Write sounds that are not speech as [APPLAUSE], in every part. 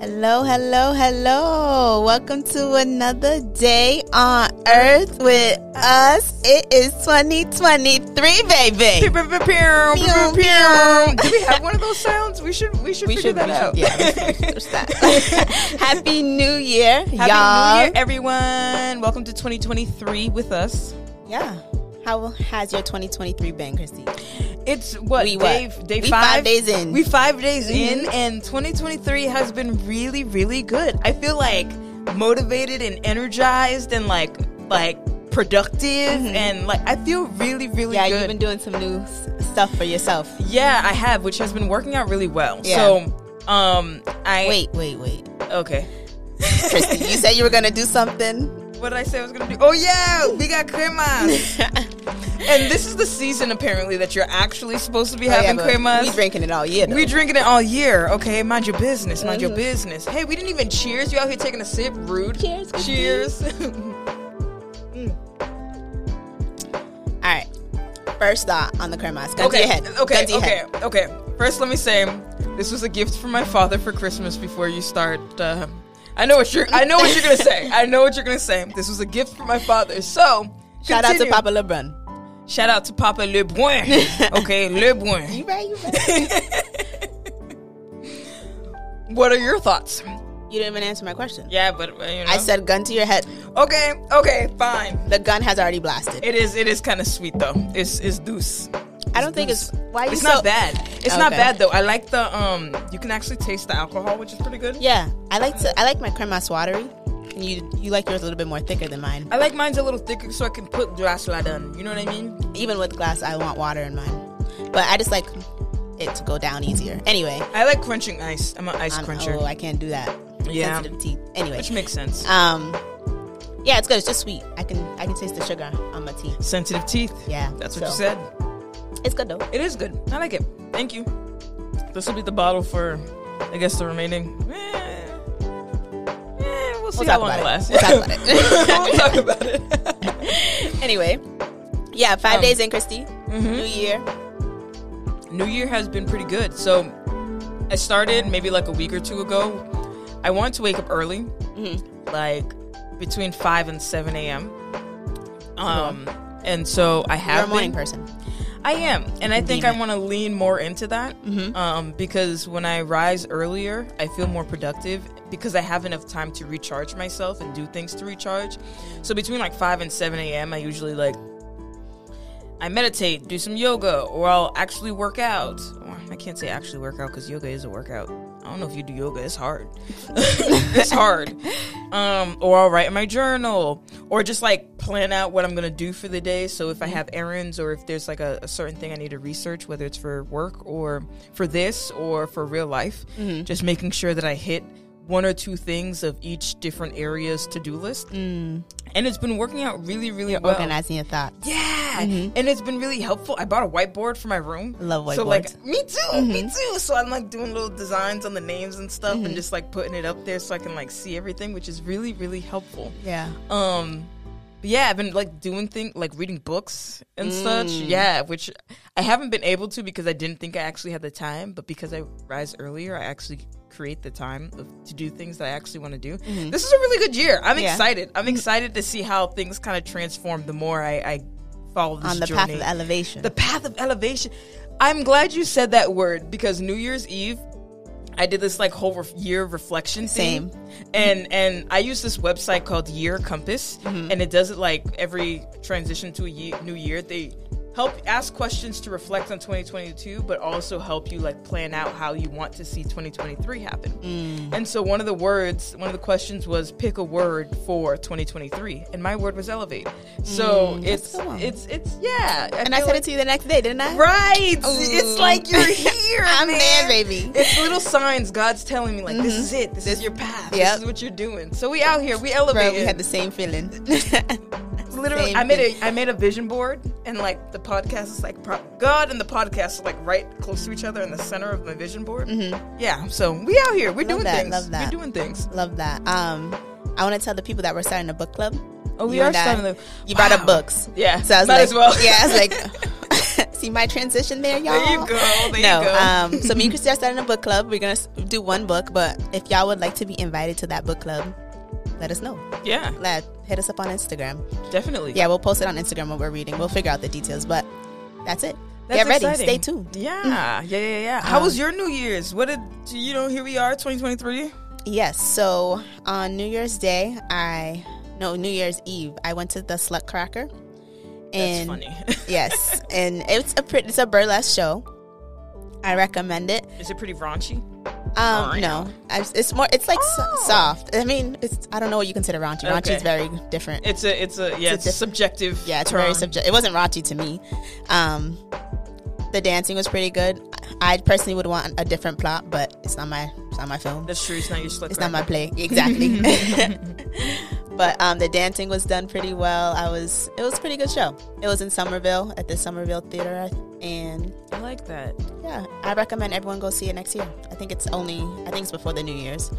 Hello, hello, hello. Welcome to another day on earth with us. It is 2023, baby. Pew, pew, pew, pew, pew, pew. Do we have one of those sounds? We should we should We figure should, that we should- out. yeah, There's that. [LAUGHS] Happy New Year, Happy y'all. New Year, everyone. Welcome to 2023 with us. Yeah. How has your 2023 been, Christy? It's what We day, what? day We five? five days in. Mm-hmm. We five days in, and 2023 has been really, really good. I feel like motivated and energized, and like like productive, and like I feel really, really Mm-hmm. Yeah, good. you've been doing some new s- stuff for yourself. yeah, I have, which has been working out really well. Yeah. So, um, I Wait, wait, wait. Okay. Christy, you said you were going to do [LAUGHS] something. What did I say I was gonna do? Oh yeah, we got [LAUGHS] cremas. and this is the season apparently that you're actually supposed to be having Oh, yeah, but cremas. We drinking it all year. Though. We drinking it all year, okay? Mind your business, mind your business. Hey, we didn't even cheers. You out here taking a sip, rude. Cheers, good [LAUGHS] Cheers. all right. First thought on the cremas. Gun to okay. your head. Okay. Gun to your Okay. head. Okay. First, let me say this was a gift from my father for Christmas. Before you start, uh, I know what you're. I know what you're gonna say. [LAUGHS] I know what you're gonna say. This was a gift from my father. So Shout out to continue. Papa LeBron. Shout out to Papa [LAUGHS] Lebrun. okay, Lebrun. You right, you right. What are your thoughts? [LAUGHS] you didn't even answer my question. Yeah, but uh, you know. I said gun to your head. okay, okay, fine. The gun has already blasted. It is. It is kind of sweet though. It's it's deuce. I don't think it's why you It's so, not bad. It's not Okay. bad though. I like the um. You can actually taste the alcohol, which is pretty good. Yeah, I like to. I like my cremas watery, and you you like yours a little bit more thicker than mine. I like mine's a little thicker, so I can put glass light on. You know what I mean? Even with glass, I want water in mine, but I just like it to go down easier. Anyway, I like crunching ice. I'm an ice I'm, cruncher, oh, I can't do that. Yeah. sensitive teeth. Anyway, which makes sense. um, yeah, it's good. It's just sweet. I can I can taste the sugar on my teeth. Sensitive teeth. Yeah, that's what you so- said. It's good though. It is good. I like it. Thank you. This will be the bottle for, I guess, the remaining. Eh, eh, we'll see We'll how talk long about it it. lasts. We'll talk about it. [LAUGHS] we'll talk about it. [LAUGHS] [LAUGHS] Anyway, yeah, five Um, days in, Christy. New year. New Year has been pretty good. So I started maybe like a week or two ago. I wanted to wake up early, like between 5 and 7 a.m. Um, And so I have You're a morning been- person. I am, and I think I want to lean more into that um, because when I rise earlier, I feel more productive because I have enough time to recharge myself and do things to recharge. So between like five and seven a.m., I usually like I meditate, do some yoga, or I'll actually work out. Or I can't say actually work out because yoga is a workout. I don't know if you do yoga; it's hard. [LAUGHS] it's hard. Um, or I'll write in my journal, or just like plan out what I'm gonna do for the day. So if I have errands, or if there's like a, a certain thing I need to research, whether it's for work or for this or for real life, just making sure that I hit one or two things of each different area's to do list. And it's been working out really, really well. Organizing your thoughts. Yeah, and it's been really helpful. I bought a whiteboard for my room. Mm-hmm. Love So like, whiteboards. Mm-hmm. me too, me too. So I'm like doing little designs on the names and stuff, and just like putting it up there so I can like see everything, which is really really helpful. Yeah. Um, but yeah, I've been like doing things like reading books and Mm. such. Yeah, which I haven't been able to because I didn't think I actually had the time. But because I rise earlier, I actually create the time of, to do things that I actually want to do. This is a really good year. I'm Mm-hmm. Yeah. Mm-hmm. excited. I'm excited to see how things kind of transform the more I, I follow this On the journey. path of elevation. The path of elevation. I'm glad you said that word because New Year's Eve, I did this like whole ref- year reflection thing. Same. And and I use this website called Year Compass, Mm-hmm. and it does it like every transition to a ye- new year. They help ask questions to reflect on 2022, but also help you like plan out how you want to see 2023 happen. Mm. And so one of the words, one of the questions was pick a word for 2023, and my word was elevate. So Mm, it's good one. it's it's yeah. and I feel said like- it to you the next day, didn't I? Right. It's like [LAUGHS] you're here. I'm man. there, baby. Mm-hmm. It's little signs God's telling me, like, this is it. This, is your path. Yep. This is what you're doing. So we out here. We Bro, elevated. we had the same feeling. [LAUGHS] Literally, same I made thing. a I made a vision board, and like the podcast is like pro- God and the podcast are like right close to each other in the center of my vision board. Yeah. So we out here. We're Mm-hmm. Love doing that, things. love that. We're doing things. Love that. Um, I want to tell the people that we're starting a book club. Oh, we You are and I- starting the- You brought up Wow. books. Yeah. So I was might like, as well. [LAUGHS] yeah, I was like, [LAUGHS] See my transition there, y'all. There you go. There no, you go. um, so me [LAUGHS] and Christy are starting a book club. We're gonna s- do one book, but if y'all would like to be invited to that book club, let us know. yeah, Let hit us up on Instagram. definitely. Yeah, we'll post it on Instagram what we're reading. We'll figure out the details, but that's it. That's Get ready. exciting. Stay tuned. Yeah, yeah, yeah, yeah. How Um, was your New Year's? What did you know? Here we are, 2023. Yes. So on New Year's Day, I no New Year's Eve, I went to the Slut Cracker. That's And funny. yes, and it's a pretty, it's a burlesque show. I recommend it. [LAUGHS] Is it pretty raunchy? Um, Alright. no, I, it's more. It's like s- Oh. soft. I mean, it's. I don't know what you consider raunchy. Raunchy Okay. is very different. It's a, it's a, yeah, a it's, a diff- subjective. yeah, it's very term. subject. It wasn't raunchy to me. Um, the dancing was pretty good. I personally would want a different plot, but it's not my. It's not my film. That's true. It's not your slut. It's not my cracker. play exactly. [LAUGHS] but um, the dancing was done pretty well. I was. It was a pretty good show. It was in Somerville at the Somerville Theater, and I like that. yeah, I recommend everyone go see it next year. I think it's only. I think it's before the New Year's.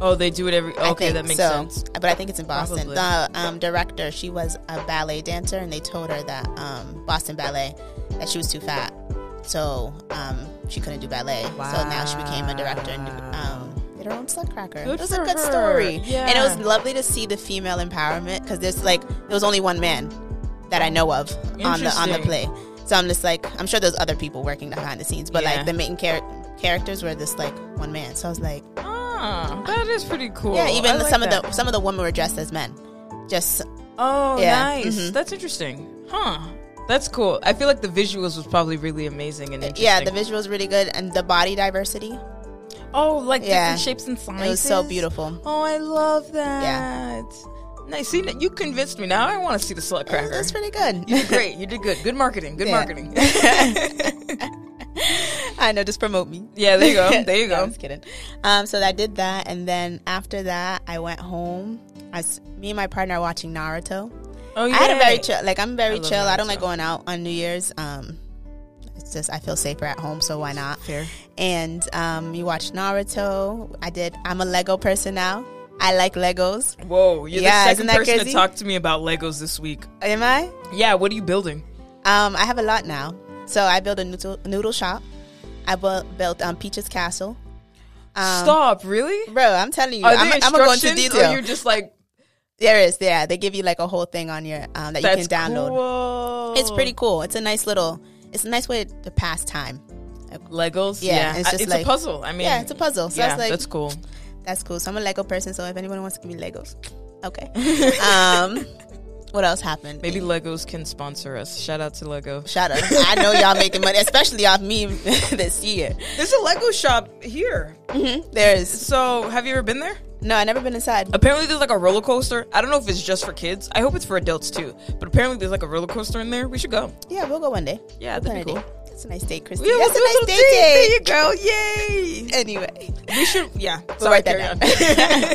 Oh, they do it every. I Okay, think that makes so. sense. But I think it's in Boston. Probably. The um, director, she was a ballet dancer, and they told her that um, Boston Ballet that she was too fat, so um, she couldn't do ballet. So now she became a director and um, did her own slut cracker. Good it was a for good her. story, and it was Yeah. lovely to see the female empowerment because there's like there was only one man that I know of on the on the Interesting. play. So I'm just like I'm sure there's other people working behind the scenes, but Yeah. like the main char- characters were just like one man. So I was like. Ah, that is pretty cool. Yeah, even I like some that. of the some of the women were dressed as men. Just Oh, Yeah, nice. mhm. That's interesting. Huh. That's cool. I feel like the visuals was probably really amazing and interesting. Uh, yeah, the visuals really good and the body diversity. oh, like Yeah. different shapes and sizes. It was so beautiful. Oh, I love that. Nice. See, you convinced me. Now I want to see the slut cracker. It was Oh, pretty good. You did great. You did good. Good marketing. [LAUGHS] Good Yeah. marketing. I know, just promote me. yeah, there [LAUGHS] you go. There you No, go. I'm just kidding. Um, so I did that, and then after that, I went home. I was, me and my partner are watching Naruto. Oh, yeah. I had a very chill. Like I'm very I love chill. I don't Naruto. like going out on New Year's. Um, it's just I feel safer at home, so why not? Fair. And um, you watch Naruto. I did. I'm a Lego person now. I like Legos. Whoa, you're Yeah, the isn't second that person to crazy? talk to me about Legos this week. Am I? Yeah, what are you building? Um, I have a lot now. So I built a noodle, noodle shop. I bu- built um, Peach's Castle. Um, Stop, really? Bro, I'm telling you, Are I'm, there I'm gonna go into instructions, Or detail. you're just like, There is, yeah. They give you like a whole thing on your um, that that's you can download. cool. It's pretty cool. It's a nice little. It's a nice way to pass time. Legos. Yeah, Yeah, it's I- just it's a like- puzzle. I mean, Yeah, it's a puzzle. So yeah, it's like that's cool. That's cool. So I'm a Lego person. So if anyone wants to give me Legos, [LAUGHS] okay. um, what else happened? Maybe Legos can sponsor us. Shout out to Lego. shut up. I know y'all making money, especially off me [LAUGHS] this year. There's a Lego shop here. There is So, have you ever been there? no. I never been inside. Apparently, there's like a roller coaster. I don't know if it's just for kids. I hope it's for adults too. But apparently, there's like a roller coaster in there. We should go. Yeah, we'll go one day. Yeah, We'll that'd be plan a cool. date. That's a nice date, Christy. Yeah, That's we'll do a nice little date. thing. There you go. Yay. date. Anyway, We should. Yeah. we'll write that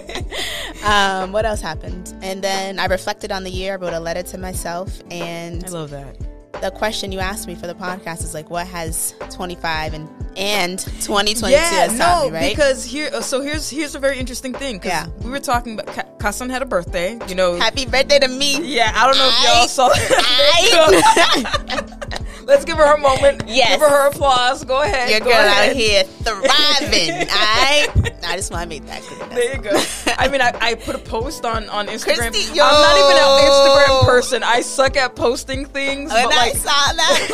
[LAUGHS] carry on. down. [LAUGHS] um, what else happened? And then I reflected on the year. I wrote a letter to myself, and I love that. the question you asked me for the podcast is like, what has 25 and and 2022 Yeah, has taught no, me, right? because here. uh, So here's here's a very interesting thing. 'cause Yeah. we were talking about Ka- Kasan had a birthday. You know. Happy birthday to me. yeah, I don't know if y'all I- saw. [LAUGHS] I- [LAUGHS] Let's give her a moment. Yes. Give her her applause. Go ahead. Your go girl ahead. out here [LAUGHS] thriving. I I just want to make that clear. There you go. I mean, I, I put a post on on Instagram. Christy, I'm not even an yo. Oh, Instagram person. I suck at posting things. When But I like, saw that,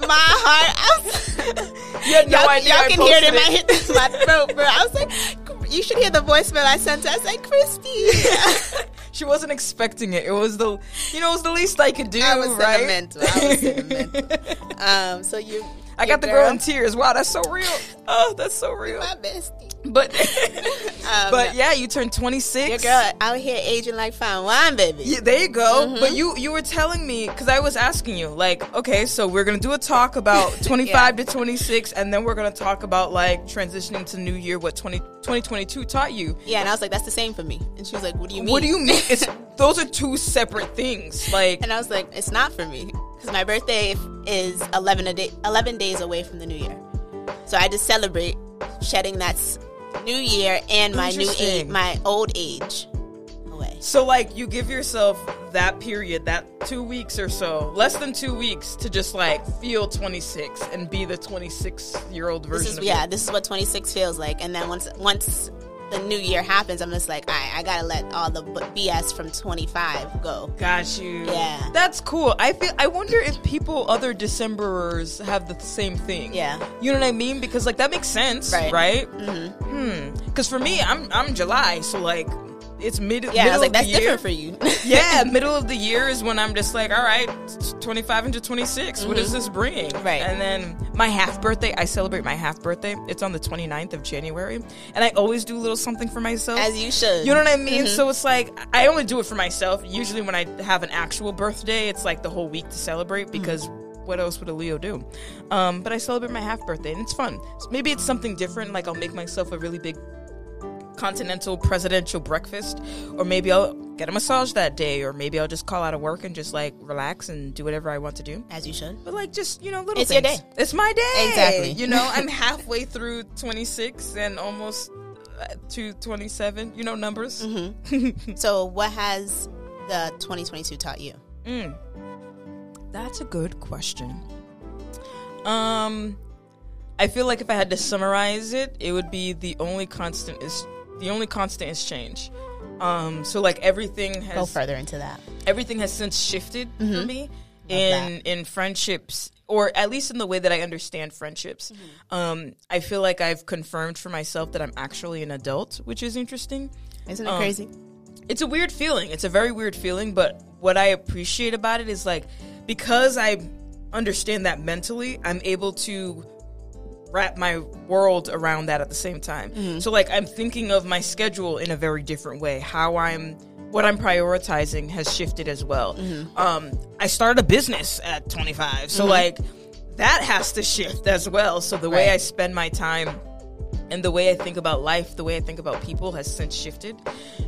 girl, my heart. I was, you had [LAUGHS] no y'all idea. y'all I can hear it in my, posted in [LAUGHS] my [LAUGHS] throat, bro. I was like, you should hear the voicemail I sent. her. I was like, Christy. [LAUGHS] She wasn't expecting it. It was the, you know, it was the least I could do. I was right? sentimental. I was [LAUGHS] sentimental. um, so you, I your got the girl in tears. Wow, that's so real. Oh, that's [LAUGHS] so real. my bestie. But, Um, [LAUGHS] but yeah, you turned 26. Your girl out here aging like fine wine, baby. Yeah, there you go. Mm-hmm. But you you were telling me because I was asking you like, okay, so we're gonna do a [LAUGHS] talk about 25 to 26, and then we're gonna talk about like transitioning to new year, what 20, 2022 taught you. Yeah, and I was like, that's the same for me. And she was like, what do you mean? What do you mean? [LAUGHS] It's those are two separate things. Like, and I was like, it's not for me because my birthday is 11 a day, 11 days away from the new year. So I just celebrate shedding that s- new year and my new age, Interesting. my old age away. So like you give yourself that period, that two weeks or so, less than two weeks to just like feel 26 and be the 26 year old version. This is, of yeah, you. this is what 26 feels like. And then once once the new year happens, I'm just like, all right, I gotta let all the b- BS from 25 go. Got you. Yeah. That's cool. I feel. I wonder if people, other Decemberers, have the same thing. Yeah. You know what I mean? Because like that makes sense, Right. right? Mm-hmm. Hmm. Because for me, I'm I'm July, so like it's mid. Yeah, I was middle like, of that's the year. different for you. [LAUGHS] yeah, middle of the year is when I'm just like, all right, 25 into 26, what is this bringing? Mm-hmm. Right. And then my half birthday, I celebrate my half birthday. It's on the 29th of January. And I always do a little something for myself. As you should. You know what I mean? So it's like, I only do it for myself. Usually when I have an actual birthday, it's like the whole week to celebrate because. What else would a Leo do? Um, but I celebrate my half birthday and it's fun. Maybe it's something different. Like I'll make myself a really big continental presidential breakfast or maybe i'll get a massage that day or maybe i'll just call out of work and just like relax and do whatever i want to do As you should. but like just you know little It's your things. day. it's my day Exactly. you know [LAUGHS] i'm halfway through 26 and almost uh, to 27 you know numbers Mm-hmm. So, what has the 2022 taught you? That's a good question. Um, I feel like if I had to summarize it, it would be the only constant is the only constant is change. Um, so like everything Go has further into that. everything has since shifted for me Love in in friendships or at least in the way that I understand friendships. Um, I feel like I've confirmed for myself that I'm actually an adult, which is interesting Isn't Um, it crazy? it's a weird feeling. It's a very weird feeling, but what I appreciate about it is like because I understand that mentally, I'm able to wrap my world around that at the same time. So like I'm thinking of my schedule in a very different way. How I'm what I'm prioritizing has shifted as well. Um I started a business at 25. So like that has to shift as well. So the way Right. I spend my time and the way I think about life, the way I think about people has since shifted.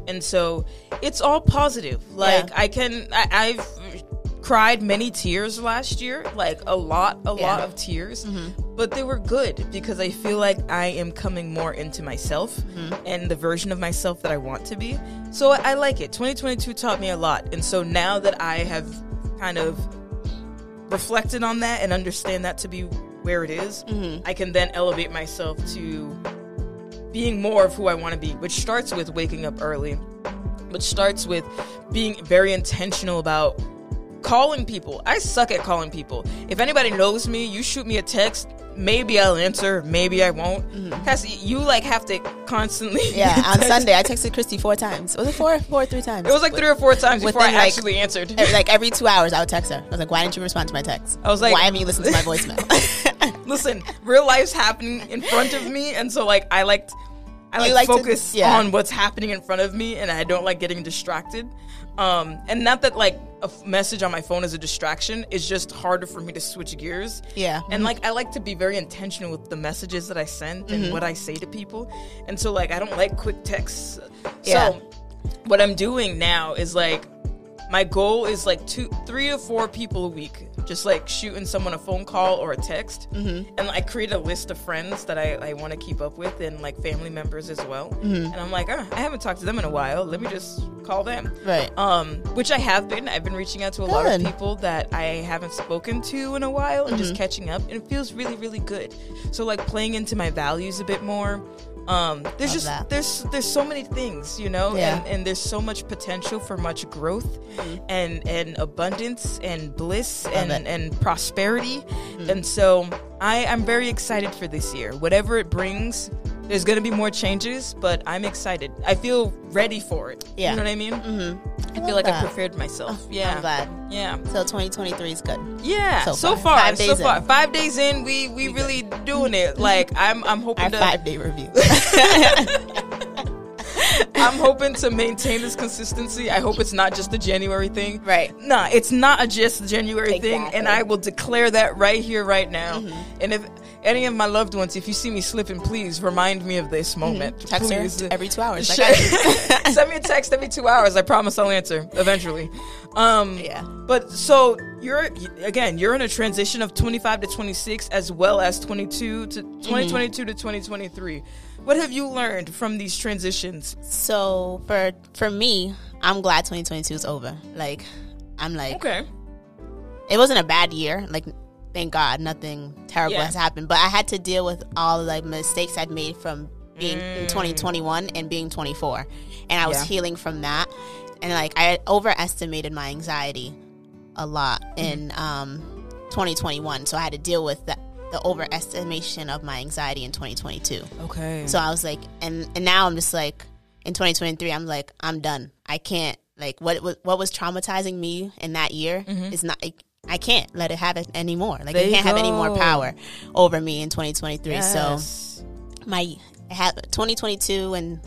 And so it's all positive. Like I can I, I've cried many tears last year, like a lot, a lot Yeah. of tears. But they were good because I feel like I am coming more into myself and the version of myself that I want to be. So I, I like it. 2022 taught me a lot. And so now that I have kind of reflected on that and understand that to be where it is, I can then elevate myself to being more of who I want to be, which starts with waking up early, which starts with being very intentional about calling people. I suck at calling people. If anybody knows me, you shoot me a text. Maybe I'll answer. Maybe I won't. Cassie, you like have to constantly. Mm-hmm. [LAUGHS] Yeah, on text- Sunday, I texted Christy four times. Was it four? Four, or three times. It was like three or four times before I Within, like, actually answered. Every- like every two hours, I would text her. I was like, "Why didn't you respond to my text? I was like- "Why haven't you listened to my [LAUGHS] voicemail?" [LAUGHS] Listen, real life's happening in front of me, and so like I liked, I like, You like to- focus yeah. on what's happening in front of me, and I don't like getting distracted. Um, and not that like a f- message on my phone is a distraction; it's just harder for me to switch gears. Yeah. and like I like to be very intentional with the messages that I send Mm-hmm. and what I say to people, and so like I don't like quick texts. Yeah. So what I'm doing now is like my goal is like two, three or four people a week, just like shooting someone a phone call or a text, Mm-hmm. and I create a list of friends that I, I want to keep up with and like family members as well. Mm-hmm. And I'm like, "Ah, I haven't talked to them in a while. Let me just call them, Right. Um, which I have been. I've been reaching out to a lot of Good. Mm-hmm. people that I haven't spoken to in a while and just catching up, and it feels really, really good. So like playing into my values a bit more. Um, there's just that. there's there's so many things, you know, Yeah. and, and there's so much potential for much growth and and abundance and bliss and, Mm-hmm. it. Mm-hmm. and prosperity. And so I, I'm very excited for this year. Whatever it brings, there's gonna be more changes, but I'm excited. I feel ready for it. Yeah. You know what I mean? Mm-hmm. I, feel love like that. Oh, I prepared myself. yeah. I'm glad. Yeah. So 2023 is good. Yeah. So So, far. far, Five so days far. in. Five days in, we we, really [LAUGHS] doing it. Like I'm I'm hoping Our to five day [LAUGHS] review. [LAUGHS] I'm hoping to maintain this consistency. I hope it's not just a January thing. Right. Nah, it's not a just January thing, Exactly. Mm-hmm. and I will declare that right here, right now. And if any of my loved ones, if you see me slipping, please remind me of this moment. Mm-hmm. Text her Please. every two hours. Like, Sure. [LAUGHS] Send me a text every two hours. I promise I'll answer eventually. Um, Yeah. But so you're again, you're in a transition of 25 to 26, as well as 22 to Mm-hmm. 2022 to 2023. What have you learned from these transitions? so for for me, I'm glad 2022 is over. Like, I'm like, Okay. it wasn't a bad year. Like, thank God, nothing terrible Yeah. has happened. But I had to deal with all the like, mistakes I'd made from being in 2021 and being 24, and I was Mm. Yeah. healing from that. And like, I overestimated my anxiety a lot Mm-hmm. in um, 2021, so I had to deal with that. The overestimation of my anxiety in 2022. Okay. So I was like, and and now I'm just like, in 2023, I'm like, I'm done. I can't like what was what was traumatizing me in that year is not. I, I can't let it have it anymore. Like Mm-hmm. There it you can't have any more go. power over me in 2023. So my I have 2022 and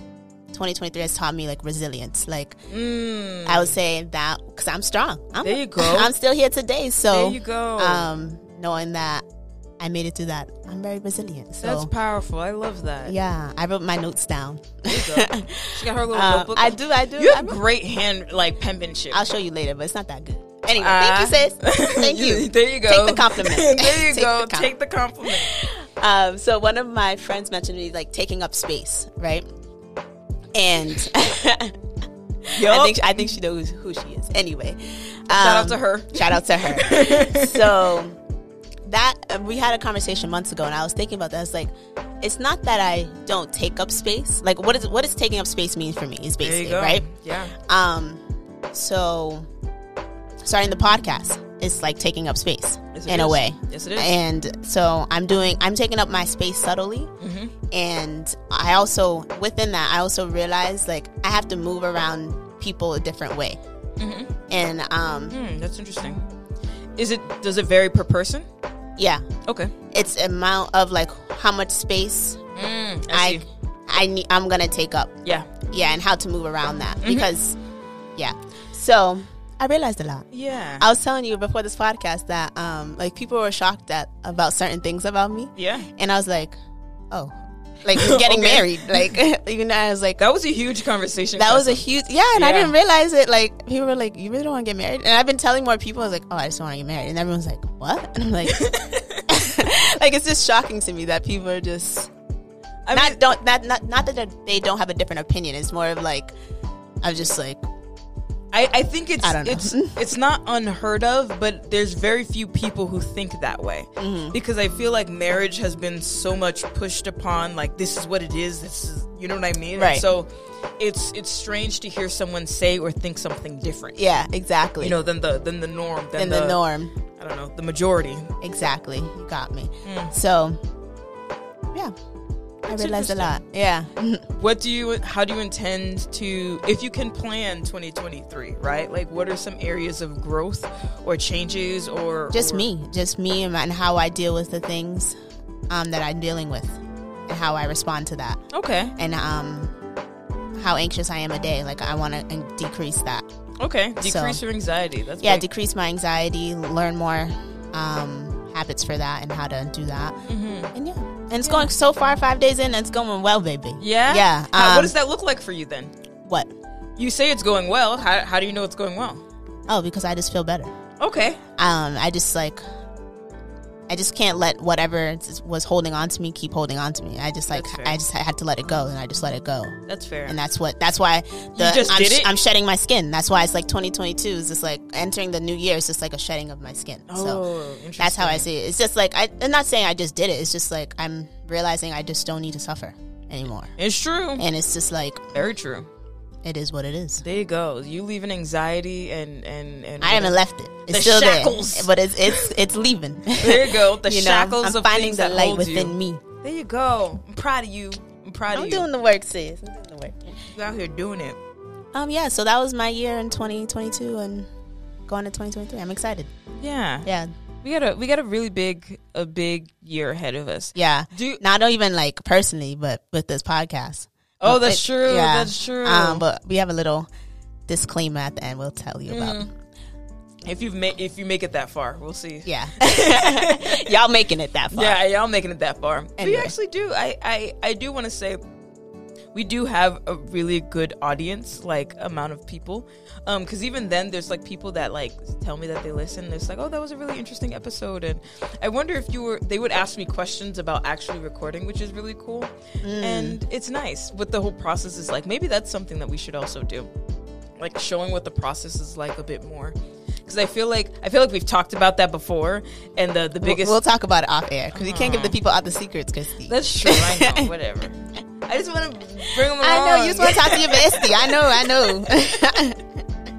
2023 has taught me like resilience. Like Mm. I would say that because I'm strong. I'm, [LAUGHS] There you go. I'm still here today. So There you go. Um, knowing that I made it through that, I'm very resilient. So That's powerful. I love that. yeah, I wrote my notes down. [LAUGHS] She got her little Um, notebook. I do, I do. You I have great hand like penmanship. I'll show you later, but it's not that good. Anyway, Ah. thank you, sis. Thank you. there [LAUGHS] you go. Take the compliment. [LAUGHS] there you Take go. the com- Take the compliment. Um, so one of my friends mentioned to me like taking up space, right? And [LAUGHS] I think I think she knows who she is. Anyway, Shout um, out to her. Shout out to [LAUGHS] her. so that uh, we had a conversation months ago, and I was thinking about that. I was like, it's not that I don't take up space. Like, what is what does taking up space mean for me? Is There you basically go. right. Yeah. Um, so starting the podcast is like taking up space Yes, it in a is. way. Yes, it is. And so I'm doing, I'm taking up my space subtly. Mm-hmm. And I also, within that, I also realized like I have to move around people a different way. Mm-hmm. And um, Hmm, that's interesting. Is it? Does it vary per person? yeah, Okay. it's amount of like how much space Mm, I, see. I, need, I'm gonna take up. Yeah. Yeah, and how to move around that Mm-hmm. because, yeah. So I realized a lot. Yeah. I was telling you before this podcast that um like people were shocked at about certain things about me. yeah. And I was like, oh, [LAUGHS] like we're getting Okay. married. Like [LAUGHS] you know, I was like That was a huge conversation. that was a Kessa. huge yeah, and I Yeah. didn't realize it. Like people were like, You really don't want to get married? And I've been telling more people, I was like, Oh, I just want to get married and everyone's like, What? [LAUGHS] And I'm [LAUGHS] like Like it's just shocking to me that people are just I not mean, don't not not not that they're- they don't have a different opinion. It's more of like I'm just like I, I think it's I don't know. it's it's not unheard of, but there's very few people who think that way Mm-hmm. because I feel like marriage has been so much pushed upon. Like this is what it is. This is you know what I mean. And Right. so it's it's strange to hear someone say or think something different. Yeah, exactly. You know, than the than the norm. Than in the norm. I don't know the majority. Exactly. You got me. Mm. So, yeah. I realized a lot. Yeah. [LAUGHS] What do you? How do you intend to? If you can plan 2023, right? Like, what are some areas of growth or changes or Just or- me. Just me and, my, and how I deal with the things um, that I'm dealing with and how I respond to that. Okay. And um, how anxious I am a day. Like, I want to decrease that. Okay. So- Decrease your anxiety. That's Yeah, big. decrease my anxiety, learn more um, habits for that and how to do that. Mm-hmm. And yeah. And it's going so far, five days in, it's going well, baby. Yeah. Yeah. How- um, what does that look like for you then? What? You say it's going well. How, how do you know it's going well? Oh, because I just feel better. Okay. um, I just like I just can't let whatever was holding on to me keep holding on to me. I just like That's fair. I just had to let it go, and I just let it go, That's fair. and that's what that's why the just I'm, did it? I'm shedding my skin. That's why it's like 2022 is just like entering the new year is just like a shedding of my skin. so oh, interesting. that's how I see it. It's just like I, I'm not saying I just did it. It's just like I'm realizing I just don't need to suffer anymore, It's true. and it's just like Very true. it is what it is. There you go. You leaving anxiety and and and I haven't left it. It's The still shackles. there, but it's it's it's leaving. [LAUGHS] There you go. [LAUGHS] The You know, shackles I'm of finding things the that light hold within you. me. There you go. I'm proud of you. I'm proud I'm of you. doing the work, sis. I'm doing the work. you out here doing it. Um, yeah. So that was my year in 2022 and going to 2023. I'm excited. Yeah. Yeah, We got a we got a really big a big year ahead of us. yeah. Do you- Not even like personally, but with this podcast. Oh, But that's it- true. yeah. That's true. Mm. Um, but we have a little disclaimer at the end. We'll tell you about. If you've made if you make it that far, we'll see. Yeah, [LAUGHS] y'all making it that far. Yeah, y'all making it that far. We Anyway. actually do. I I, I do want to say we do have a really good audience, like amount of people. Um, because even then, there's like people that like tell me that they listen. And it's like, oh, that was a really interesting episode, and I wonder if you were. They would ask me questions about actually recording, which is really cool, and it's nice. But the whole process is like maybe that's something that we should also do like showing what the process is like a bit more because i feel like i feel like we've talked about that before and the the We'll- biggest Mm. We'll talk about it off air because you can't give the people out the secrets, Christy. [LAUGHS] that's true i know whatever i just want to bring them along I know you just want to talk to your bestie. I know, I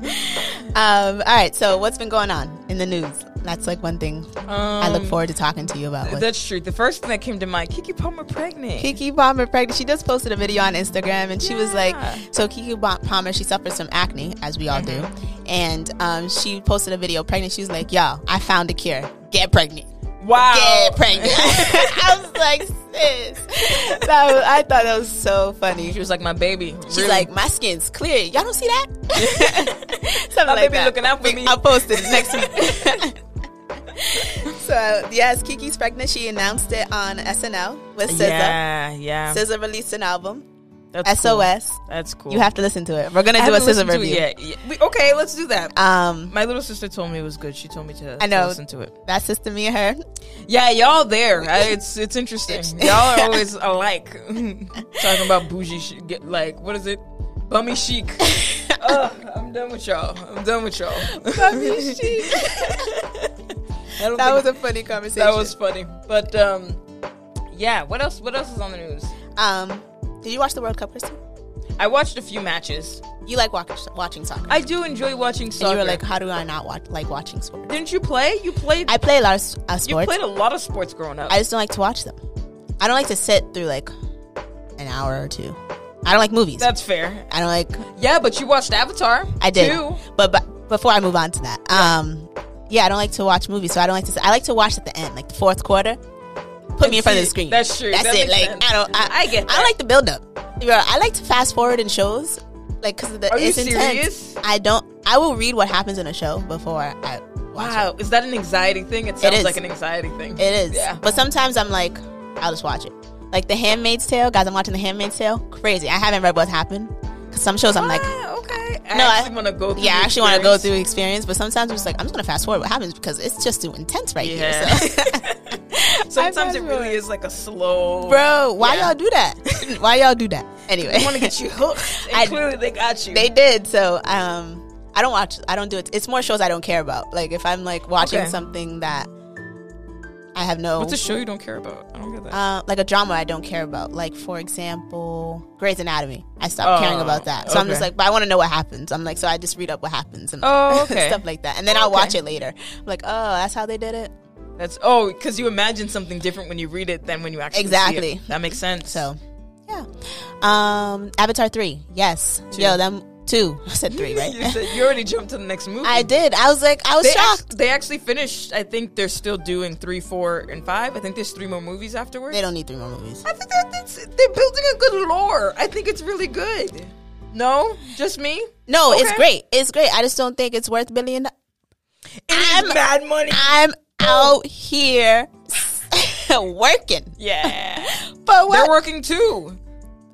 know. um, all right, so what's been going on in the news? That's like one thing I look forward to talking to you about. With. [LAUGHS] that's true Um, the first thing that came to mind kiki palmer pregnant Kiki Palmer pregnant. She just posted a video on Instagram, and she was like, Yeah. "So Kiki Ba- Palmer, she suffers from acne, as we all do, Mm-hmm. and um, she posted a video pregnant. She was like, "Yo, I found a cure. Get pregnant." wow get pregnant. [LAUGHS] I was like, sis. That was, I thought that was so funny. [LAUGHS] she was like my baby She's really. like, my skin's clear. Y'all don't see [LAUGHS] that? Something My baby looking out for We- me. I'll post it next week. [LAUGHS] so yes, Kiki's pregnant. She announced it on SNL with SZA. yeah yeah SZA released an album, that's cool. SOS. that's cool You have to listen to it. We're gonna I do a haven't SZA listened to it review. yet. yeah. We- okay let's do that Um, my little sister told me it was good she told me to, I to know. listen to it that's sister me and her. Yeah, y'all [LAUGHS] there. I- It's it's interesting. Interesting. [LAUGHS] y'all are always alike. [LAUGHS] Talking about bougie shit. Get, like, what is it? Bummy chic. [LAUGHS] Ugh, I'm done with y'all. I'm done with y'all. Bummy [LAUGHS] chic. I don't That think- was a funny conversation. that was funny. But um, yeah. What else? What else is on the news? Um, did you watch the World Cup, Kristen? I watched a few matches. You like walk- watching soccer. I do enjoy watching and soccer. you were like, how do I not watch like watching sports? didn't you play? You played. I play a lot of s- uh, you sports. played a lot of sports growing up. I just don't like to watch them. I don't like to sit through like an hour or two. I don't like movies. That's fair. I don't like. Yeah, but you watched Avatar. I did, Too. but, but before I move on to that, um, yeah, I don't like to watch movies, so I don't like to. Sit. I like to watch at the end, like the fourth quarter. Put me in front of the See, screen. that's true. That's That it. makes Like sense. I don't. I, I get I that. don't like the build up. You know, I like to fast forward in shows, like because the Are you it's intense. serious? I don't. I will read what happens in a show before I. Watch it. Wow, is that an anxiety thing? It sounds is. like an anxiety thing. It is. Yeah. But sometimes I'm like, I'll just watch it. Like The Handmaid's Tale, guys. I'm watching The Handmaid's Tale. Crazy. I haven't read what happened. 'Cause some shows I'm like, Ah, okay. I No, I- actually want to go. Through yeah, the I actually want to go experience. through the experience. But sometimes I'm just like, I'm just gonna fast forward what happens because it's just too intense right Yeah. here. So. [LAUGHS] Sometimes it I've really had is like a [LAUGHS] slow. Bro, why Yeah. y'all do that? [LAUGHS] why y'all do that? Anyway, I want [LAUGHS] to get you hooked. And I- clearly, they got you. they did. So um, I don't watch. I don't do it. It's more shows I don't care about. Like if I'm like watching Okay. something that I have no. What's a show you don't care about? I don't get that. uh, like a drama I don't care about. Like for example, Grey's Anatomy. I stopped Oh, caring about that, so I'm just okay. like, but I want to know what happens. I'm like, so I just read up what happens and [LAUGHS] Oh, okay. stuff like that, and then I'll watch it later. I'm like, oh, that's how they did it. That's oh, because you imagine something different when you read it than when you actually see it. Exactly. That makes sense. So, yeah. Um, Avatar three, yes, yo, them two. [LAUGHS] I said [LAUGHS] three, [LAUGHS] you, right? said, you already jumped to the next movie. I did. I was like, I was They, shocked. act- they actually finished. I think they're still doing three, four, and five. I think there's three more movies afterwards. They don't need three more movies. I think that that's, they're building a good lore. I think it's really good. No, just me. No, it's Okay. great. It's great. I just don't think it's worth billion. do- It is I'm- bad money. I'm out here [LAUGHS] working, yeah, but [LAUGHS] they're what? working too.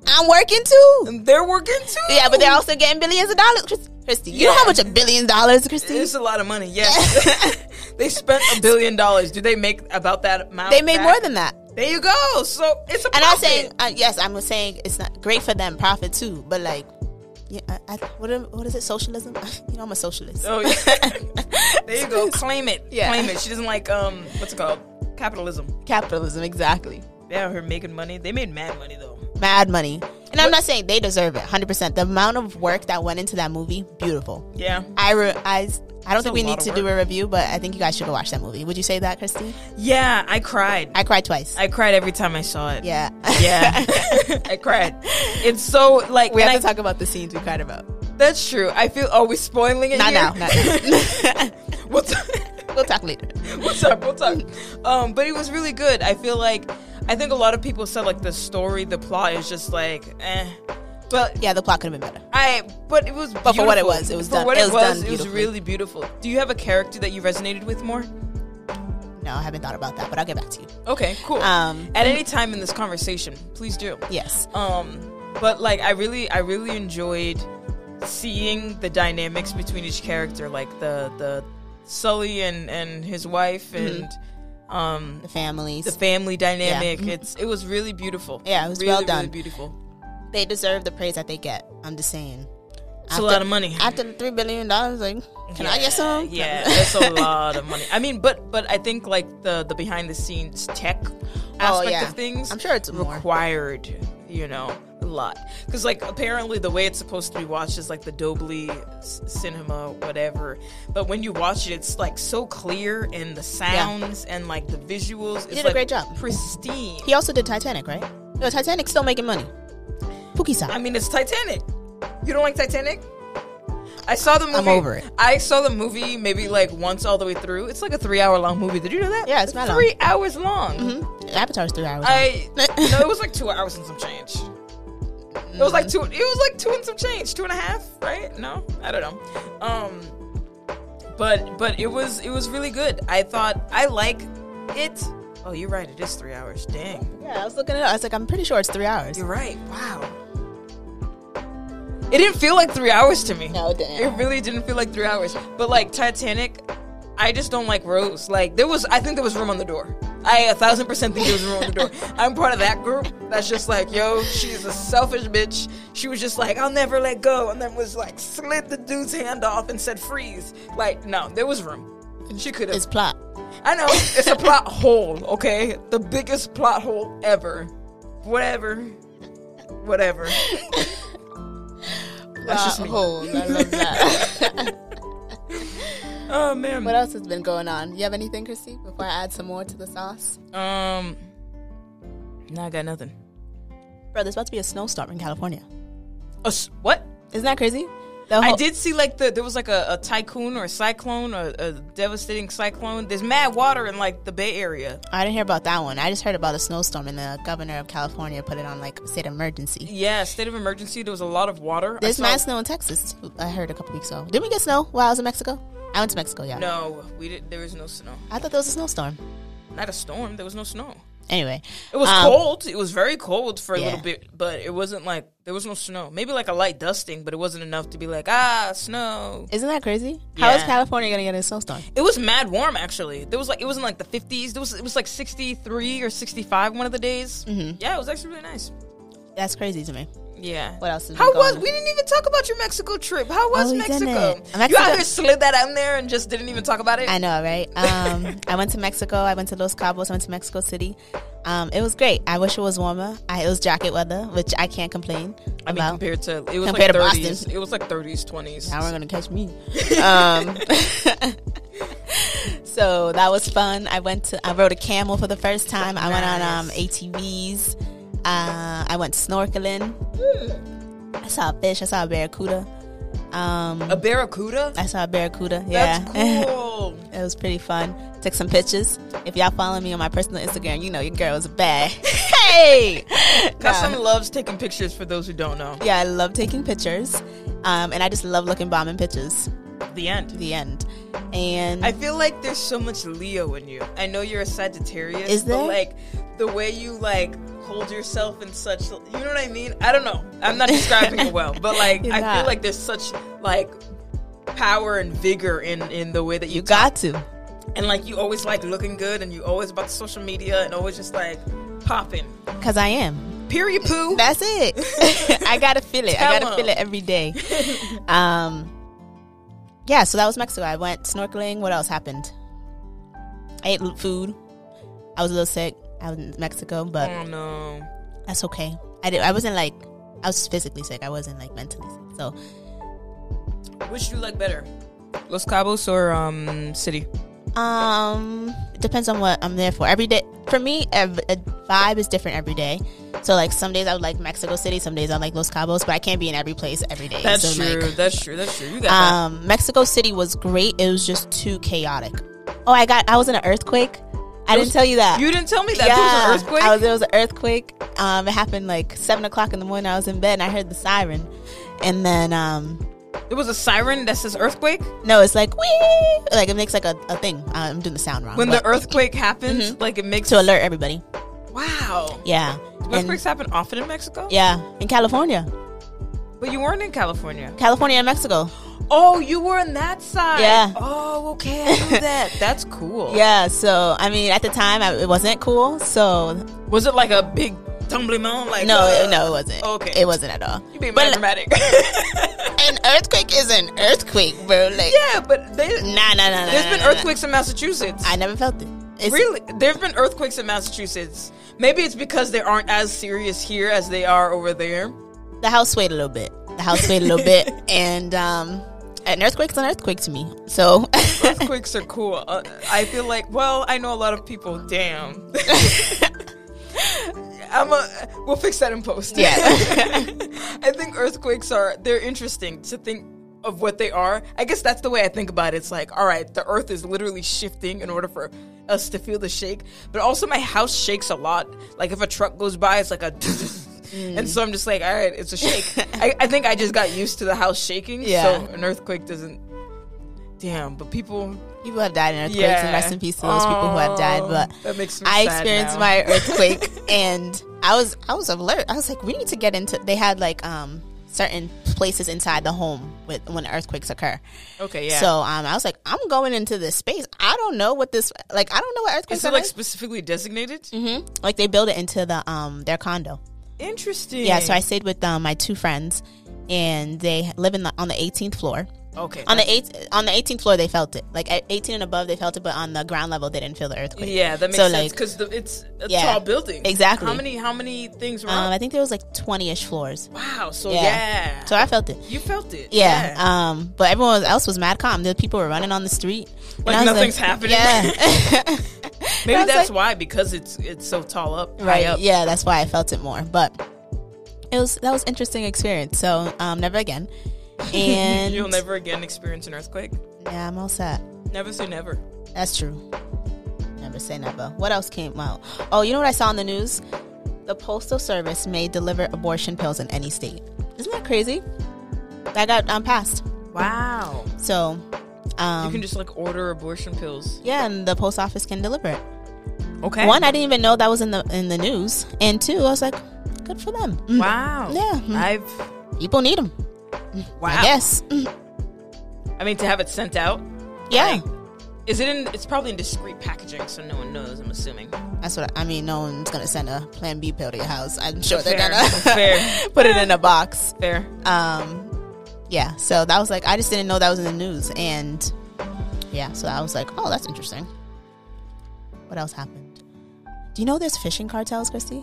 I'm working too. They're working too. Yeah, but they're also getting billions of dollars, Chris- Christy. You know Yeah. how much a billion dollars, Christy? It's a lot of money. Yes, [LAUGHS] they spent a billion dollars. Do they make about that [LAUGHS] amount? They made back? more than that. There you go. So it's a And I'm profit. saying, uh, yes, I'm saying it's not great for them, profit too. But like, yeah, I, I, what, am- what is it? Socialism? [LAUGHS] You know, I'm a socialist. [LAUGHS] Oh, [LAUGHS] yeah. there you go. Claim it. Yeah. Claim it. She doesn't like um. What's it called? Capitalism. Capitalism, exactly. Yeah, her making money. They made mad money though. Mad money. And I'm not saying they deserve it, 100%. The amount of work that went into that movie, beautiful. Yeah. I, re- I, I don't a think we lot need of to do a review, but I think you guys should go watch that movie. Would you say that, Christy? Yeah. I cried. I cried twice. I cried every time I saw it. yeah. Yeah. [LAUGHS] [LAUGHS] I cried. It's so like we and have I, to talk about the scenes we cried about. that's true. I feel oh we spoiling it. Not here? now. Not [LAUGHS] [LAUGHS] now. what's [LAUGHS] up? we'll talk later. What's up? What's up? Um, but it was really good. I feel like I think a lot of people said like the story, the plot is just like eh. But yeah, the plot could have been better. I but it was But for what it beautiful. was, it was for done- what it it was was, done it was beautifully. really beautiful. Do you have a character that you resonated with more? No, I haven't thought about that, but I'll get back to you. Okay, cool. Um, At any time in this conversation, please do. Yes. Um, but like I really, I really enjoyed seeing the dynamics between each character, like the the Sully and and his wife Mm-hmm. and um The families. the family dynamic. It's it was really beautiful. Mm-hmm. Yeah, it was Really, well really done. beautiful. they deserve the praise that they get. I'm just saying. It's a lot of money. After the three billion dollars, like, can I get some? Yeah, that's a lot of money. I mean, but but I think like the the behind the scenes tech aspect Oh, yeah. of things. I'm sure it's more. required. You know, a lot because like apparently the way it's supposed to be watched is like the Dobley s- cinema, whatever. But when you watch it, it's like so clear and the sounds and like the visuals. did It's a like, great job. pristine. [LAUGHS] He also did Titanic, right? No, Titanic's still making money. Pookie's out. I mean, it's Titanic. You don't like Titanic? I saw the movie. over it. I saw the movie maybe like once all the way through. It's like a three hour long movie. Did you know that? Yeah, it's not long. Mm-hmm. three hours long. Avatar's three hours. I no, it was like two hours and some change. It was like two. It was like two and some change, two and a half, right? No, I don't know. Um, but but it was it was really good. I thought I like it. Oh, you're right. It is three hours. Dang. yeah, I was looking at. I was like, I'm pretty sure it's three hours. You're right. Wow. It didn't feel like three hours to me. No, it didn't. It really didn't feel like three hours. But like Titanic, I just don't like Rose. Like there was, I think there was room on the door. I a thousand percent think there was room on the door. I'm part of that group that's just like, yo, she's a selfish bitch. She was just like, I'll never let go, and then was like, slid the dude's hand off and said, freeze. Like no, there was room. She could have. It's plot. I know it's a plot hole, okay? The biggest plot hole ever. Whatever. Whatever. That's just me. Plot holes. I love [LAUGHS] that. Oh man. what else has been going on? You have anything, Christy? Before I add some more to the sauce, Um Nah, I got nothing. bro, there's about to be a snowstorm in California. A s- what? Isn't that crazy? The I whole- did see like the there was like a, a tycoon or a cyclone or a devastating cyclone. There's mad water in like the Bay Area. I didn't hear about that one. I just heard about a snowstorm, and the governor of California put it on like state of emergency. Yeah, state of emergency. There was a lot of water. I There's saw- mad snow in Texas. Too, I heard a couple weeks ago. Didn't we get snow while I was in Mexico? I went to Mexico, yeah. No, we did. There was no snow. I thought there was a snowstorm. Not a storm. There was no snow. Anyway, It was um, cold. It was very cold for a Yeah. little bit, but it wasn't like there was no snow. Maybe like a light dusting, but it wasn't enough to be like ah snow. Isn't that crazy? How is Yeah. California gonna get a snowstorm? It was mad warm actually. There was like it wasn't like the fifties. There was it was like sixty three or sixty five one of the days. Mm-hmm. Yeah, it was actually really nice. That's crazy to me. Yeah. What else? Is Oh, How was we didn't even talk about your Mexico trip? How was we Mexico? didn't. You Mexico- out here slid that out in there and just didn't even talk about it. I know, right? [LAUGHS] Um, I went to Mexico. I went to Los Cabos. I went to Mexico City. Um, it was great. I wish it was warmer. I, it was jacket weather, which I can't complain I mean, about. compared to it was Compared to like Boston. thirties. It was like thirties, twenties. Now we're gonna catch me. Um, [LAUGHS] so that was fun. I went to I rode a camel for the first time. I went on um, ATVs. Uh, I went snorkeling. Hmm. I saw a fish. I saw a barracuda. Um, A barracuda. I saw a barracuda. Yeah, That's cool. [LAUGHS] it was pretty fun. Took some pictures. If y'all follow me on my personal Instagram, you know your girl is a [LAUGHS] bad. hey, Custom loves taking pictures for those who don't know. yeah, I love taking pictures, um, and I just love looking bomb in pictures. The end. The end. And I feel like there's so much Leo in you. I know you're a Sagittarius. Is But there? like the way you like hold yourself and such you know what I mean? I don't know. I'm not describing it well. But like [LAUGHS] You're I not. feel like there's such like power and vigor in in the way that you you got to. and like you always like looking good and you always about the social media and always just like popping. Cause I am. Period poo. That's it. [LAUGHS] I gotta feel it. I Tell gotta 'em. feel it every day. Um, yeah. So that was Mexico. I went snorkeling. What else happened? I ate l- food. I was a little sick. I was in Mexico, but oh no. that's okay. I did. I wasn't like I was physically sick. I wasn't like mentally sick. So Which do you like better? Los Cabos or um City? Um, it depends on what I'm there for. Every day, for me, a, a vibe is different every day. So like some days I would like Mexico City, some days I like Los Cabos, but I can't be in every place every day. That's So, like, true. that's true. That's true. You got that. um, Mexico City was great. It was just too chaotic. Oh, I got I was in an earthquake. I didn't tell you that. You didn't tell me that. There was an earthquake. I was, there was an earthquake. Um, it happened like seven o'clock in the morning. I was in bed and I heard the siren, and then um, there was a siren that says earthquake. no, it's like wee, like it makes like a, a thing. Uh, I'm doing the sound wrong. When but- the earthquake happens, Mm-hmm. like it makes to alert everybody. wow. Yeah, And- Earthquakes happen often in Mexico. yeah, in California, But you weren't in California. California and Mexico. Oh, you were on that side. Yeah. Oh, okay. [LAUGHS] I knew that. That's cool. Yeah, so I mean, at the time I, it wasn't cool. So Was it like a big tumbling mound? Like no, uh, it- no, it wasn't. Okay. it wasn't at all. You being But- mad dramatic. [LAUGHS] [LAUGHS] An earthquake is an earthquake, bro. Like yeah, but they, nah, nah, nah. nah there's nah, been nah, nah. earthquakes in Massachusetts. I never felt it. It's, really, there have been earthquakes in Massachusetts. Maybe it's because they aren't as serious here as they are over there. the house swayed a little bit. The house swayed a little [LAUGHS] bit, and um, an earthquake's an earthquake to me. So, [LAUGHS] Earthquakes are cool. Uh, I feel like, well, I know a lot of people. Damn. [LAUGHS] I'm a, we'll fix that in post. Yeah. [LAUGHS] I think earthquakes are they're interesting to think of what they are. I guess that's the way I think about it. It's like, all right, the earth is literally shifting in order for us to feel the shake. But also my house shakes a lot. Like if a truck goes by, it's like a [LAUGHS] And so I'm just like, all right, it's [LAUGHS] a shake. I, I think I just got used to the house shaking. Yeah. So an earthquake doesn't Damn, but people people have died in earthquakes, yeah. and rest in peace to those people who have died. Oh, But that makes me I sad experienced now. [LAUGHS] my earthquake, and I was I was alert. I was like, we need to get into. They had like um certain places inside the home with when earthquakes occur. Okay, yeah. So um, I was like, I'm going into this space. I don't know what this like. I don't know what earthquakes Is it are like like. specifically designated? Mhm. Like they build it into the um their condo. Interesting. Yeah, so I stayed with um, my two friends, and they live in the, on the 18th floor. okay On the eight on the 18th floor, they felt it. Like at 18 and above, they felt it, but on the ground level, they didn't feel the earthquake. yeah that makes so, sense like- because it's a Yeah, tall building exactly. How many how many things were Um, on? I think there was like 20ish floors. Wow, so yeah, So I felt it. you felt it Yeah. Um, but everyone else was mad calm. The people were running on the street. And Like I was nothing's happening. [LAUGHS] Yeah. [LAUGHS] I Maybe was that's like- why because it's it's so tall up right. high up. Yeah, that's why I felt it more. But it was that was interesting experience. So um, never again. And [LAUGHS] You'll never again experience an earthquake. Yeah, I'm all set. Never say never. That's true. Never say never. What else came out? Oh, you know what I saw on the news? The Postal Service may deliver abortion pills in any state. Isn't that crazy? That got um, passed. Wow. So, you um, can just like order abortion pills. yeah, and the post office can deliver it. Okay. One, I didn't even know that was in the in the news, and two, I was like, good for them. Mm. Wow. Yeah. I've People need them. wow. I guess. Mm. I mean to have it sent out. Yeah, Is it in it's probably in discreet packaging so no one knows, I'm assuming. that's what I, I mean. No one's gonna send a Plan B pill to your house. I'm sure they're Fair. gonna [LAUGHS] Fair. put it in a box. Fair. um yeah so that was like i just didn't know that was in the news and yeah so i was like oh that's interesting what else happened do you know there's fishing cartels christy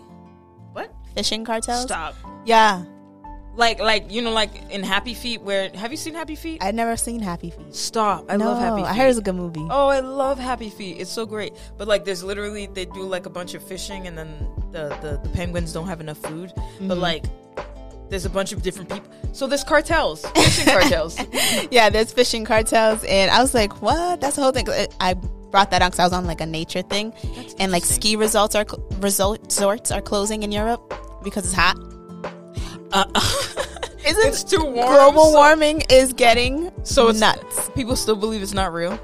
What? fishing cartels Stop. yeah Like like you know like in Happy Feet where have you seen Happy Feet? i'd never seen happy feet Stop. I love Happy Feet. i heard it's a good movie Oh, I love Happy Feet. It's so great. But like, there's literally they do like a bunch of fishing, and then the the, the penguins don't have enough food. But like, there's a bunch of different people. So there's cartels, fishing [LAUGHS] cartels. yeah there's fishing cartels and i was like what that's the whole thing i brought that on because i was on like a nature thing and like interesting. ski resorts are cl- resort- resorts are closing in europe because it's hot Uh, Isn't it's too warm. global so- warming is getting So it's nuts People still believe it's not real.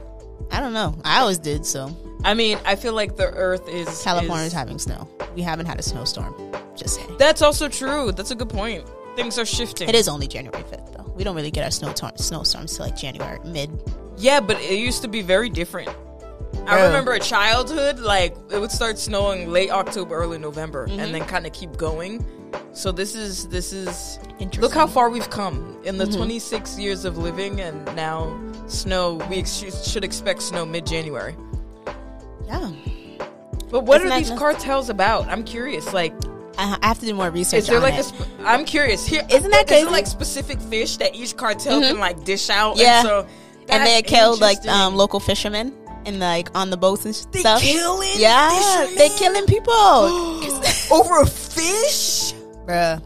I don't know. I always did. So I mean, I feel like the Earth is California's is- having snow. We haven't had a snowstorm. Just saying. That's also true. That's a good point. Things are shifting. It is only January fifth though. We don't really get our snow tor- snowstorms till like January mid. Yeah, but it used to be very different. I Yeah. remember a childhood, like it would start snowing late October, early November, Mm-hmm. and then kind of keep going. So this is this is Interesting. Mm-hmm. look how far we've come in the 26 years of living, and now snow. We ex- should expect snow mid January. Yeah, But what Isn't are that these nuts? cartels about? I'm curious. Like, I, I have to do more research. is there on like it. a? Sp- I'm curious. Here, Isn't that is it crazy? Mm-hmm. like specific fish that each cartel can like dish out? Yeah. and, so and they that's killed like interesting. um local fishermen and like on the boats and They stuff. killing yeah, fishermen? they killing people, [GASPS] over a fish. bruh.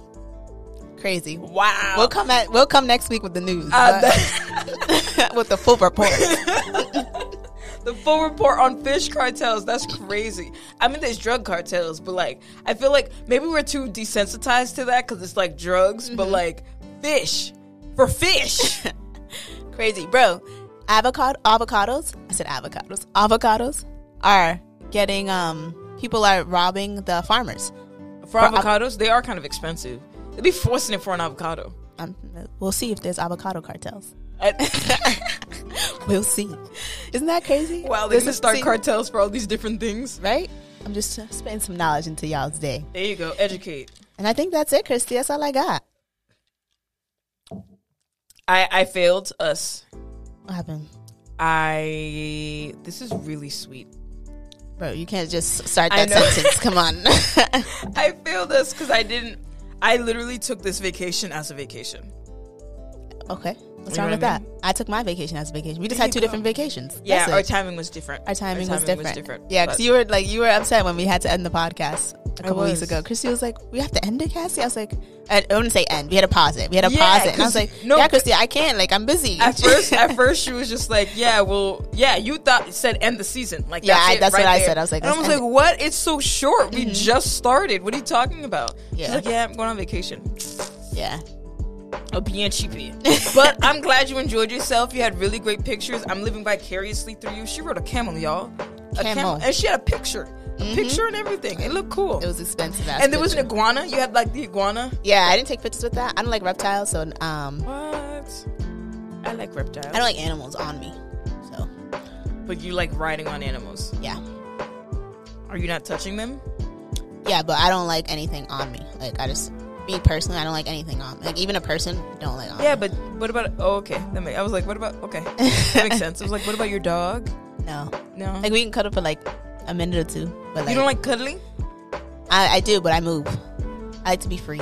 Crazy. Wow. We'll come at we'll come next week [LAUGHS] with the news Uh, [LAUGHS] but- with the full report. the full report on fish cartels. That's crazy. I mean, there's drug cartels, but like, I feel like maybe we're too desensitized to that because it's like drugs, but Mm-hmm. like fish [LAUGHS] for fish. Crazy, bro. Avocado avocados. I said avocados. Avocados are getting um people are robbing the farmers. For avocados, they are kind of expensive. They'd be forcing it for an avocado. Um, we'll see if there's avocado cartels. [LAUGHS] [LAUGHS] I- We'll see. Isn't that crazy? wow, they This can is- start see, cartels for all these different things. right? I'm just uh, spitting some knowledge into y'all's day. There you go. Educate. And I think that's it, Christy. That's all I got. I I failed us. What happened? I this is really sweet. Bro, you can't just start I that know. [LAUGHS] sentence. Come on. [LAUGHS] I failed us because I didn't. I literally took this vacation as a vacation. okay. What's You wrong know with what I that? I took my vacation as a vacation. We just There had two you go. different vacations. Yeah, That's our it. timing was different. our timing, was, timing different. was different, Yeah, because but- you were like you were upset when we had to end the podcast a I couple weeks was. ago. Christy was like, "We have to end it, Cassie." I was like, "I, I wouldn't say end. We had to pause it. We had to Yeah, pause it." And I 'cause- was like, no, yeah, Christy, I can't. Like, I'm busy." [LAUGHS] At first, at first, she was just like, "Yeah, well, yeah." You thought said end the season, like Yeah, that's, I- it that's right what I there. said. I was like, and I let's was end Mm-hmm. like, "What? It's so short. We just started. What are you talking about?" Yeah. She's like, "Yeah, I'm going on vacation." yeah, A BNCP. [LAUGHS] but I'm glad you enjoyed yourself. You had really great pictures. I'm living vicariously through you. She wrote a camel, y'all. A Camel. Mm-hmm. and she had a picture, a picture and everything. It looked cool. it was expensive. ass and there was an picture. iguana. You had like the iguana. yeah. I didn't take pictures with that. I don't like reptiles, so um, What? I like reptiles. I don't like animals on me. So But you like riding on animals. yeah, Are you not touching them? yeah, but I don't like anything on me. Like, I just me personally, I don't like anything on. Like, even a person, don't like on. Yeah, me. but what about? Oh, okay. That ma- I was like, what about? Okay, that makes sense. I was like, what about your dog? no. No, Like, we can cuddle for like a minute or two. But like, you don't like cuddling. I, I do, but I move. I like to be free.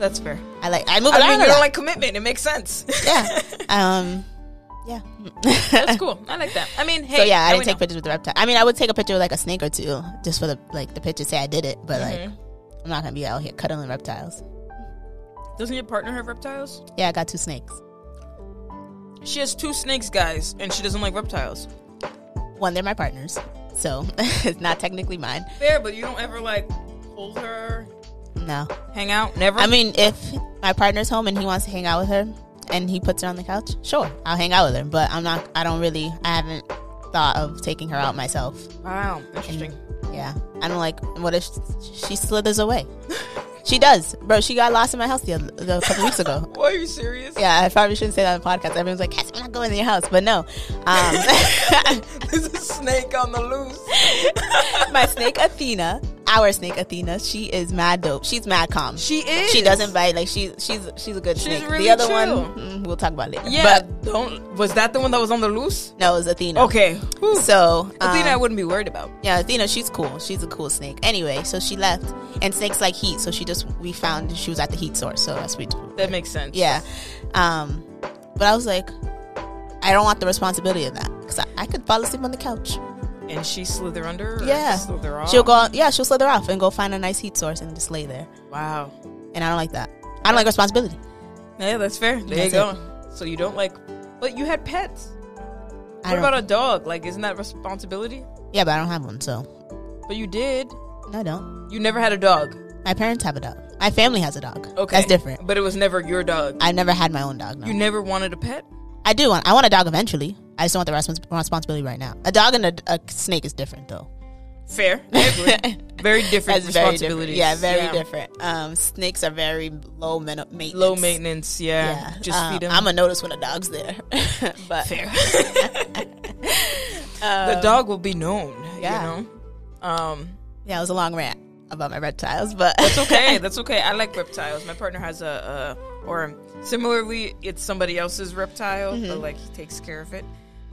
That's fair. I like I move Oh, I around. mean, a you lot. don't like commitment. It makes [LAUGHS] sense. yeah. Um, yeah. [LAUGHS] that's cool. I like that. I mean, hey, So yeah, I now didn't we take know. pictures with the reptile. I mean, I would take a picture with like a snake or two, just for the like the picture say I did it. But Mm-hmm. like, I'm not gonna be out here cuddling reptiles. Doesn't your partner have reptiles? Yeah, I got two snakes. She has two snakes, guys, and she doesn't like reptiles. One, they're my partners, so [LAUGHS] it's not technically mine. Fair, but you don't ever like hold her, No, hang out, never. I mean, if my partner's home and he wants to hang out with her, and he puts her on the couch, sure, I'll hang out with her. But I'm not. I don't really. I haven't thought of taking her out myself. wow, interesting. Yeah. I don't like. What if she slithers away? she does, bro. She got lost in my house the, other- the a couple weeks ago. Why are you serious? Yeah, I probably shouldn't say that on the podcast. Everyone's like, "Cass, I'm not going to your house," but no. Um, [LAUGHS] [LAUGHS] There's a snake on the [LAUGHS] loose. my snake Athena, our snake Athena, she is mad dope. She's mad calm. She is. She doesn't bite. Like she's she's she's a good She's snake. really the other chill. one, mm, we'll talk about it later. Yeah, But don't. Was that the one that was on the loose? no, it's Athena. Okay. Whew. So um, Athena, I wouldn't be worried about. Yeah, you know she's cool. She's a cool snake. Anyway, so she left, and snakes like heat. So she just we found she was at the heat source. So that's what we. That makes sense. Yeah, um, but I was like, I don't want the responsibility of that because I, I could fall asleep on the couch. And she slither under. Or Yeah, Slither off. she'll go. Yeah, she'll slither off and go find a nice heat source and just lay there. Wow. And I don't like that. I don't like responsibility. Yeah, that's fair. There you That's go. So you don't like, but you had pets. I what don't, about a dog? Like, isn't that responsibility? yeah, but I don't have one, so But you did. no, I don't. You never had a dog. My parents have a dog. My family has a dog. Okay. that's different. But it was never your dog. I never had my own dog. No. You never wanted a pet? I do want. I want a dog eventually. I just don't want the respons- responsibility right now. A dog and a, a snake is different, though. Fair. I [LAUGHS] agree. very different responsibilities. Yeah, very different. Um, snakes are very low men- maintenance. Low maintenance, yeah. Just feed them. Uh, I'm gonna um, notice when a dog's there. [LAUGHS] but Fair. the dog will be known, yeah. you know? Um, yeah, it was a long rant about my reptiles, but [LAUGHS] it's okay. That's okay. I like reptiles. My partner has a, a or similarly, it's somebody else's reptile, but like he takes care of it.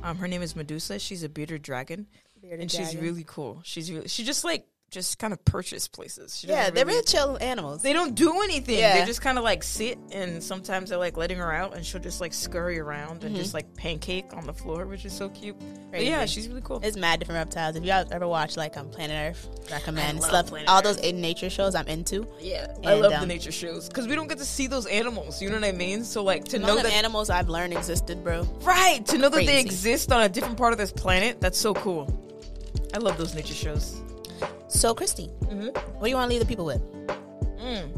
Um, her name is Medusa. She's a bearded dragon, and she's really cool. She's really, she just like just kind of purchase places. She yeah, doesn't they're really- real chill animals. They don't do anything. Yeah. They just kind of like sit, and sometimes they're like letting her out, and she'll just like scurry around and just like pancake on the floor, which is so cute. But yeah, Crazy. she's really cool. It's mad different reptiles. If y'all ever watch like um, Planet Earth, recommend love stuff. Planet All Earth. those in nature shows I'm into. yeah, I and, love the um, nature shows because we don't get to see those animals. You know what I mean? So like to None know of that the animals I've learned existed, bro. right to know that they Crazy. exist on a different part of this planet. That's so cool. I love those nature shows. So, Christy, what do you want to leave the people with? Mm.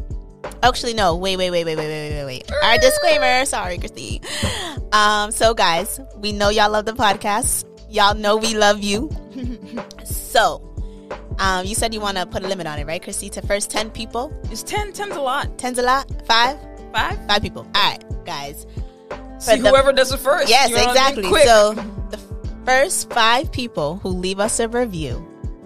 Actually, no. Wait, wait, wait, wait, wait, wait, wait, wait. Our disclaimer. Sorry, Christy. Um, so, guys, we know y'all love the podcast. Y'all know we love you. [LAUGHS] so, um, you said you want to put a limit on it, right, Christy? To first ten people. It's 10. 10's a lot. Ten's a lot. Five. Five. Five people. All right, guys. See But the- whoever does it first. Yes, you know what I mean? exactly. Quick. So the first five people who leave us a review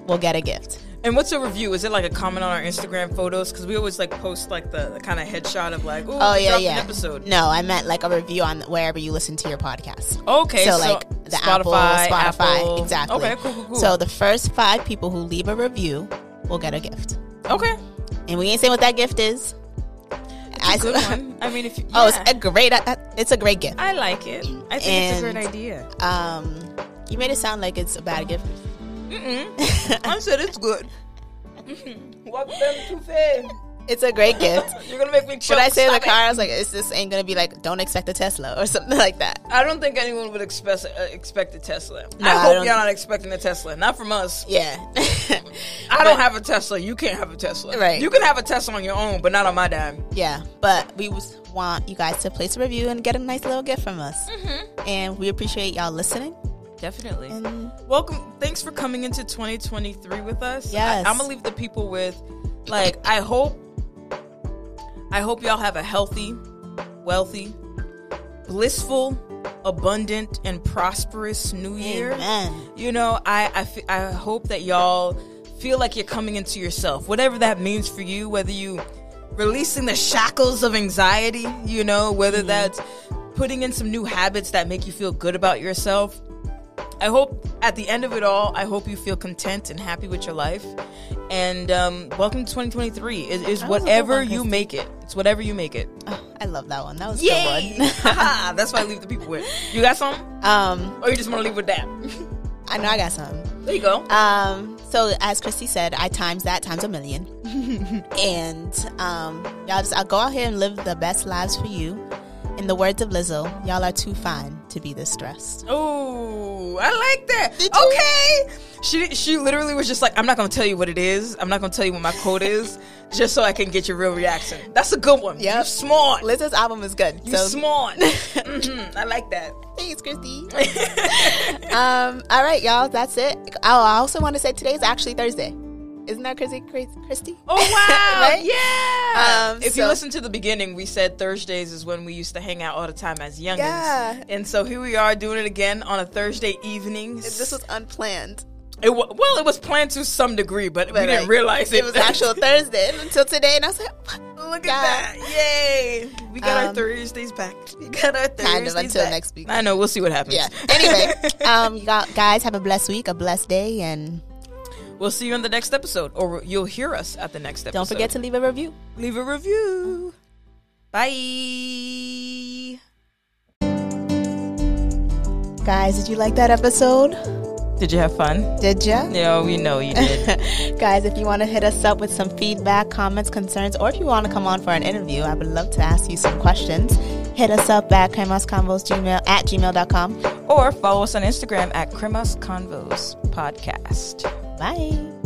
will get a gift. And what's a review? Is it like a comment on our Instagram photos? Because we always like post like the, the kind of headshot of like, Ooh, Oh yeah, dropped yeah. An episode. No, I meant like a review on wherever you listen to your podcast. Okay, so, so like the Spotify, Apple, Spotify, Apple. exactly. Okay, cool, cool, cool. So the first five people who leave a review will get a gift, Okay, and we ain't saying what that gift is. I- good one. I mean, if you, [LAUGHS] Oh, it's yeah. a great. uh, It's a great gift. I like it. I think it's a And- great idea. Um, you made it sound like it's a bad gift. I said it's [LAUGHS] good. Walk them too fast. [LAUGHS] It's a great [LAUGHS] gift. You're gonna make me. Should choke. I say in the Stop it. car? I was like, "It's this ain't gonna be like, don't expect a Tesla or something [LAUGHS] like that." I don't think anyone would expect uh, expect a Tesla. No, I I hope don't- you're not expecting a Tesla. Not from us. Yeah. [LAUGHS] I don't have a Tesla. You can't have a Tesla. Right. You can have a Tesla on your own, but not on my dime. Yeah, but we was- want you guys to place a review and get a nice little gift from us. Mm-hmm. And we appreciate y'all listening. Definitely. And Welcome. Thanks for coming into 2023 with us. Yes. I, am gonna leave the people with, like, I hope, I hope y'all have a healthy, wealthy, blissful, abundant, and prosperous New Year. Amen. You know, I I fe- I hope that y'all feel like you're coming into yourself, whatever that means for you, whether you releasing the shackles of anxiety, you know, whether Mm-hmm. that's putting in some new habits that make you feel good about yourself. I hope at the end of it all, I hope you feel content and happy with your life. And um, welcome to 2023. It is That was a good whatever one, you Christy. make it. It's whatever you make it. Oh, I love that one. That was a good one. [LAUGHS] Haha, That's what I leave the people with. You got some? [LAUGHS] um, Or you just want to leave with that? I know I got some. There you go. Um, so as Christy said, I times that times a [LAUGHS] million. and um, y'all just I'll go out here and live the best lives for you. In the words of Lizzo, y'all are too fine to be this stressed. Oh, I like that. Did you? Okay. She she literally was just like, I'm not gonna tell you what it is. I'm not gonna tell you what my quote is, just so I can get your real reaction. That's a good one. Yep. You smart. Lizzo's album is good. You so smart. [LAUGHS] Mhm, I like that. Thanks, Christy. [LAUGHS] um, all right, y'all. That's it. Oh, I also want to say today's actually Thursday. Isn't that crazy, crazy Christy? [LAUGHS] Oh wow! Right? Yeah. Um, if so- you listen to the beginning, we said Thursdays is when we used to hang out all the time as youngins. Yeah. And so here we are doing it again on a Thursday evening. This was unplanned. It wa- well, it was planned to some degree, but, we But, didn't like, realize it, It was actual Thursday until today, and I was like, what? [LAUGHS] Look God. at that. Yay. We got our Um, Thursdays back. [LAUGHS] We got our Thursdays Kind of until back. next week. I know. We'll see what happens. Yeah. Anyway, um, you got, guys, have a blessed week, a blessed day, and [LAUGHS] we'll see you in the next episode, or you'll hear us at the next episode. don't forget to leave a review. leave a review. Bye. Guys, did you like that episode? Did you have fun? Did ya? Yeah, we know you did. [LAUGHS] [LAUGHS] Guys, if you want to hit us up with some feedback, comments, concerns, or if you want to come on for an interview, I would love to ask you some questions. Hit us up at cremasconvos gmail at gmail.com. or follow us on Instagram at Cremas Convos Podcast. Bye.